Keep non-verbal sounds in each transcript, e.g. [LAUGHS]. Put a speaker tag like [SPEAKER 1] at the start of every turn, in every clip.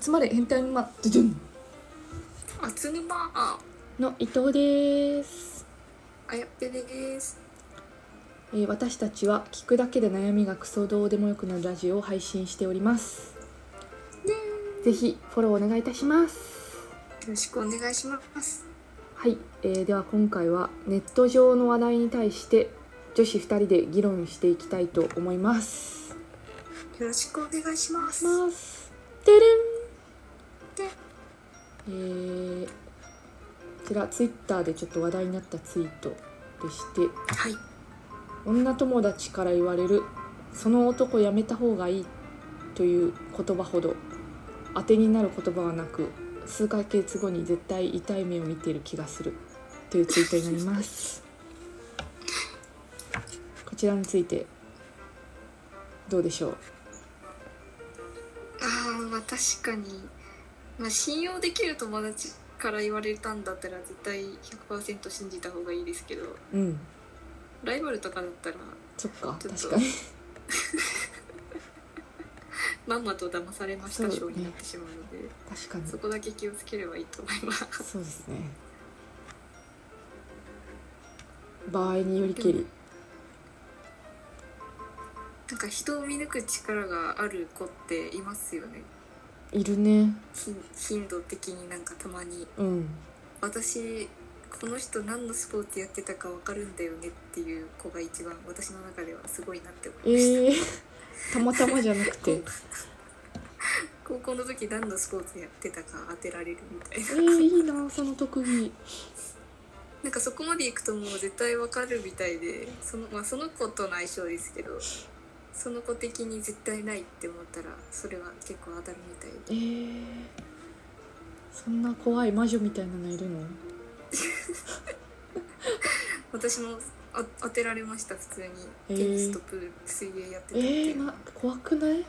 [SPEAKER 1] 集まれ変態沼ドゥドゥン
[SPEAKER 2] あつぬまあ
[SPEAKER 1] の伊藤です、
[SPEAKER 2] あやっぺでです
[SPEAKER 1] えー私たちは聞くだけで悩みがクソどうでもよくなるラジオを配信しておりますぜひフォローお願いいたします
[SPEAKER 2] よろしくお願いします
[SPEAKER 1] はい、えーでは今回はネット上の話題に対して女子2人で議論していきたいと思います
[SPEAKER 2] よろしくお願いします
[SPEAKER 1] ますてれん
[SPEAKER 2] てれん
[SPEAKER 1] えーこちらツイッターでちょっと話題になったツイートでして
[SPEAKER 2] はい
[SPEAKER 1] 女友達から言われる「その男やめた方がいい」という言葉ほど当てになる言葉はなく数ヶ月後に絶対痛い目を見ている気がするというツイートになり
[SPEAKER 2] [LAUGHS]
[SPEAKER 1] ますこちらについてどうでしょう
[SPEAKER 2] あーまあ確かに、まあ、信用できる友達から言われたんだったら絶対100%信じた方がいいですけど
[SPEAKER 1] うん
[SPEAKER 2] ライバルとかだったら
[SPEAKER 1] そっか
[SPEAKER 2] ちょっと
[SPEAKER 1] 確か
[SPEAKER 2] [LAUGHS]
[SPEAKER 1] に
[SPEAKER 2] まんまと騙されました
[SPEAKER 1] そ
[SPEAKER 2] 賞
[SPEAKER 1] うね
[SPEAKER 2] になってしまうので
[SPEAKER 1] 確かに
[SPEAKER 2] そこだけ気をつければいいと思い
[SPEAKER 1] [LAUGHS]
[SPEAKER 2] ます
[SPEAKER 1] そうですね場合によりけり
[SPEAKER 2] なんか人を見抜く力がある子っていますよね
[SPEAKER 1] いるね
[SPEAKER 2] ひ頻度的になんかたまに
[SPEAKER 1] うん
[SPEAKER 2] 私この人何のスポーツやってたかわかるんだよねっていう子が一番私の中ではすごいなって思いました、
[SPEAKER 1] えー、たまたまじゃなくて
[SPEAKER 2] 高校の時何のスポーツやってたか当てられるみたい
[SPEAKER 1] え
[SPEAKER 2] な
[SPEAKER 1] ー、いいなその特技
[SPEAKER 2] なんかそこまで行くともう絶対わかるみたいでその,、まあ、その子との相性ですけどその子的に絶対ないって思ったらそれは結構当たるみた
[SPEAKER 1] え
[SPEAKER 2] い
[SPEAKER 1] ー、そんな怖い魔女みたいなのいるの
[SPEAKER 2] 私もあ当てられました普通
[SPEAKER 1] え
[SPEAKER 2] に
[SPEAKER 1] ー
[SPEAKER 2] テニスとプール水泳やってた
[SPEAKER 1] え
[SPEAKER 2] ってい
[SPEAKER 1] ー、
[SPEAKER 2] う、
[SPEAKER 1] な怖くない
[SPEAKER 2] い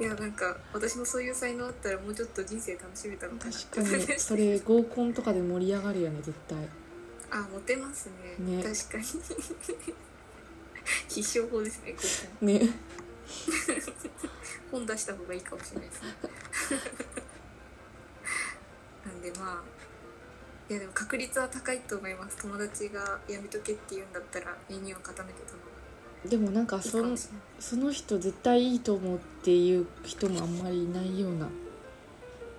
[SPEAKER 2] やなんか私もそういう才能あったらもうちょっと人生楽しめたのかなって
[SPEAKER 1] 確か
[SPEAKER 2] 思いま
[SPEAKER 1] に
[SPEAKER 2] し
[SPEAKER 1] それ合コンとかで盛り上がるよね絶対
[SPEAKER 2] たあモテますね
[SPEAKER 1] ね
[SPEAKER 2] 確かに必勝法ですねこ
[SPEAKER 1] ね
[SPEAKER 2] こ本出した方がいいかもしれないですね [LAUGHS] なんでまあいやでも確率は高いと思います友達がやめとけって言うんだったら耳を固めてたのが
[SPEAKER 1] でもなんか
[SPEAKER 2] いいか
[SPEAKER 1] そ
[SPEAKER 2] も
[SPEAKER 1] の
[SPEAKER 2] しれない
[SPEAKER 1] その人絶対いいと思うっていう人もあんまりいないような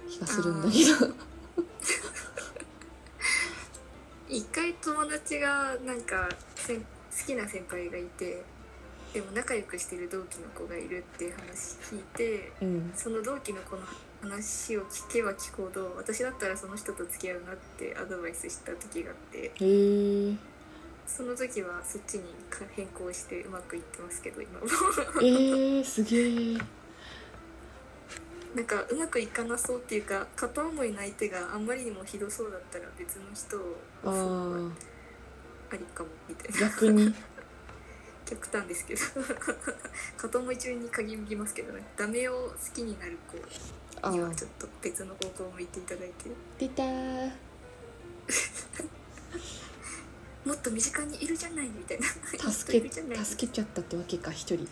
[SPEAKER 1] 気がするんだけど
[SPEAKER 2] 一回友達がなんかせん好きな先輩がいてでも仲良くしてる同期の子がいるっていう話聞いて
[SPEAKER 1] [LAUGHS] うん
[SPEAKER 2] その同期の子の話を聞けば聞くほど私だったらその人と付き合うなってアドバイスした時があって
[SPEAKER 1] へえー、
[SPEAKER 2] その時はそっちにか変更してうまくいってますけど今も [LAUGHS]
[SPEAKER 1] えー、すげえ
[SPEAKER 2] なんかうまくいかなそうっていうか片思いの相手があんまりにもひどそうだったら別の人を
[SPEAKER 1] あー
[SPEAKER 2] ありかもみたいな [LAUGHS]
[SPEAKER 1] 逆に
[SPEAKER 2] 極端ですけど [LAUGHS] 片思い中に限りますけどねダメを好きになる
[SPEAKER 1] あ
[SPEAKER 2] 子には
[SPEAKER 1] ー
[SPEAKER 2] ちょっと別の方向を向いていただいて
[SPEAKER 1] 出たー
[SPEAKER 2] もっと身近にいるじゃないみたいな
[SPEAKER 1] 助け
[SPEAKER 2] もっといるじゃない
[SPEAKER 1] 助けちゃったってわけか一
[SPEAKER 2] [LAUGHS]
[SPEAKER 1] 人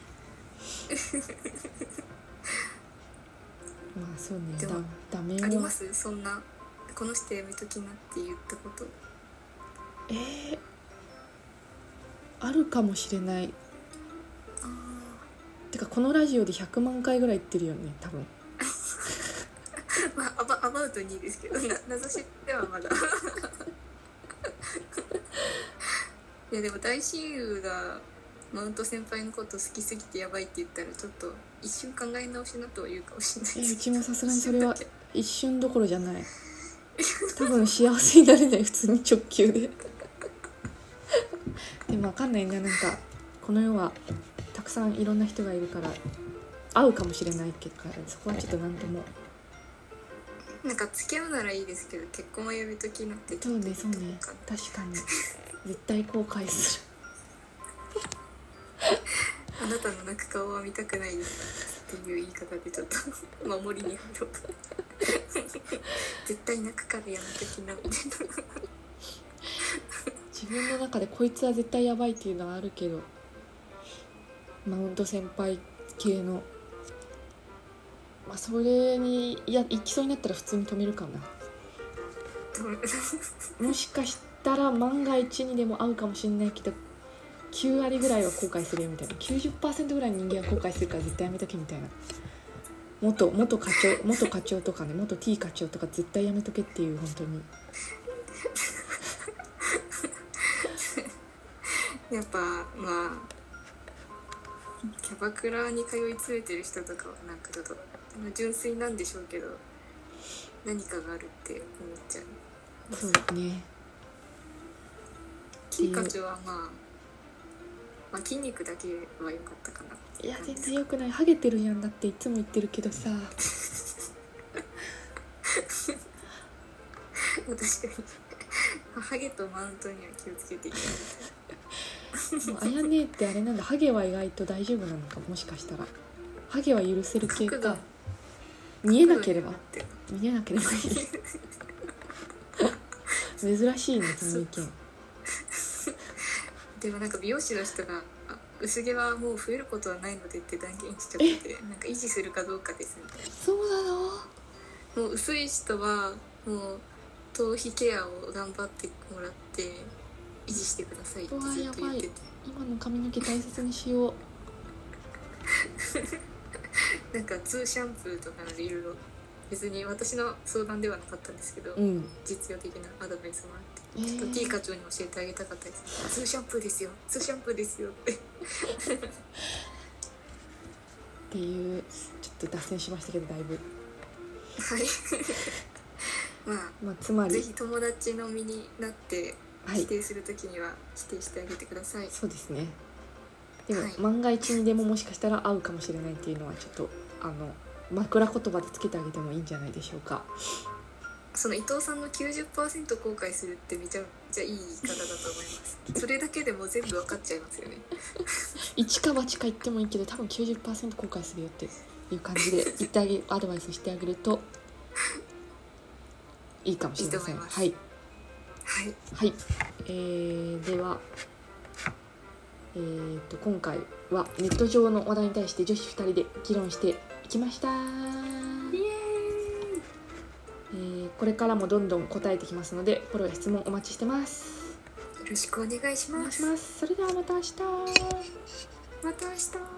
[SPEAKER 1] まあそうね
[SPEAKER 2] で
[SPEAKER 1] だ
[SPEAKER 2] も
[SPEAKER 1] ダメ
[SPEAKER 2] あり
[SPEAKER 1] は
[SPEAKER 2] ますそんなこの人やめときなって言ったこと
[SPEAKER 1] えー、あるかもしれない
[SPEAKER 2] あ
[SPEAKER 1] てかこのラジオで100万回ぐらい言ってるよね多分
[SPEAKER 2] ーまあアバアバウトにですけどな名指しではまだいやでも大親友がマウント先輩のこと好きすぎてやばいって言ったらちょっと一瞬考え直しなとは言うかもしれない
[SPEAKER 1] え
[SPEAKER 2] です
[SPEAKER 1] うちもさすがにそれは
[SPEAKER 2] 一瞬だけ
[SPEAKER 1] 一瞬どころじゃない多分幸せになれない普通に直球ででも分かんないねなんかこの世はたくさんいろんな人がいるから合うかもしれないけどそこはちょっと何とも
[SPEAKER 2] なんか付き合うならいいですけど結婚はやめときなってち
[SPEAKER 1] そ
[SPEAKER 2] ょ
[SPEAKER 1] う
[SPEAKER 2] っと
[SPEAKER 1] ねそうね
[SPEAKER 2] なんか
[SPEAKER 1] 確かに絶対後悔す
[SPEAKER 2] あなたの泣く顔は見たくないですっていう言い方でちょっと守りに入ろう絶対泣くからやめときなみたいな
[SPEAKER 1] る自分の中でこいつは絶対やばいっていうのはあるけどマウント先輩系のまあ、それにいや行きそうになったら普通に止めるかな
[SPEAKER 2] 止め
[SPEAKER 1] もしかしたら万が一にでも合うかもしれないけど9割ぐらいは後悔するよみたいな90%ぐらいの人間は後悔するから絶対やめとけみたいな元元課長元課長とかね元 T 課長とか絶対やめとけっていう本当に
[SPEAKER 2] やっぱまあキャバクラに通い詰めてる人とかはなんかちょっとあの純粋なんでしょうけど何かがあるって思っちゃう
[SPEAKER 1] そうね
[SPEAKER 2] キーカチョはまあ、まあ、筋肉だけは良かったかない [LAUGHS]
[SPEAKER 1] や全然よくないハゲてるやんだっていつも言ってるけど
[SPEAKER 2] [LAUGHS]
[SPEAKER 1] さ
[SPEAKER 2] 確かにハゲとマウントには気をつけていた
[SPEAKER 1] も
[SPEAKER 2] だ
[SPEAKER 1] うあやねえってあれなんだハゲは意外と大丈夫なのかもしかしたらハゲは許せる系
[SPEAKER 2] 角度
[SPEAKER 1] か見えなければ
[SPEAKER 2] って
[SPEAKER 1] 見えなければい
[SPEAKER 2] [LAUGHS]
[SPEAKER 1] い珍しいねその意見
[SPEAKER 2] でもなんか美容師の人があ「薄毛はもう増えることはないので」って断言しちゃっててなんか維持するかどうかですみたい
[SPEAKER 1] そうなの
[SPEAKER 2] なもう薄い人はもう頭皮ケアを頑張ってもらって維持してくださいってずっと言ってて
[SPEAKER 1] 今の髪の毛大切にしよう
[SPEAKER 2] なんかツーシャンプーとかなんでいろいろ別に私の相談ではなかったんですけど、
[SPEAKER 1] うん
[SPEAKER 2] 実用的なアドバイスもあって
[SPEAKER 1] え
[SPEAKER 2] ちょっと T
[SPEAKER 1] ー、
[SPEAKER 2] 課長に教えてあげたかったです。ツーシャンプーですよ。ツーシャンプーですよって。
[SPEAKER 1] っていうちょっと脱線しましたけどだいぶ
[SPEAKER 2] はい。 [LAUGHS] ま
[SPEAKER 1] まあつま
[SPEAKER 2] あ、ぜ
[SPEAKER 1] り
[SPEAKER 2] ひ友達の身になって
[SPEAKER 1] は
[SPEAKER 2] 否
[SPEAKER 1] い
[SPEAKER 2] 定するときには否定してあげてください。
[SPEAKER 1] そうですねでも、
[SPEAKER 2] はい
[SPEAKER 1] 万が一にでももしかしたら合うかもしれないっていうのはちょっとあの枕言葉でつけてあげてもいいんじゃないでしょうか
[SPEAKER 2] その伊藤さんの90%後悔するってめちゃめちゃいい言い方だと思います。それだけでもう全部分かっちゃいますよね。
[SPEAKER 1] 一か八か言ってもいいけど多分90%後悔するよっていう感じで言ってあげアドバイスしてあげるといいかもしれません
[SPEAKER 2] いいと思います
[SPEAKER 1] はい
[SPEAKER 2] はい。
[SPEAKER 1] はい、えー、では、えー、と今回はネット上の話題に対して女子2人で議論していきました、
[SPEAKER 2] イエーイ
[SPEAKER 1] えーこれからもどんどん答えてきますのでフォローや質問お待ちしてます
[SPEAKER 2] よろしくお願いし
[SPEAKER 1] お願
[SPEAKER 2] ま
[SPEAKER 1] いし
[SPEAKER 2] す。
[SPEAKER 1] ますそれではまた明日
[SPEAKER 2] また明日。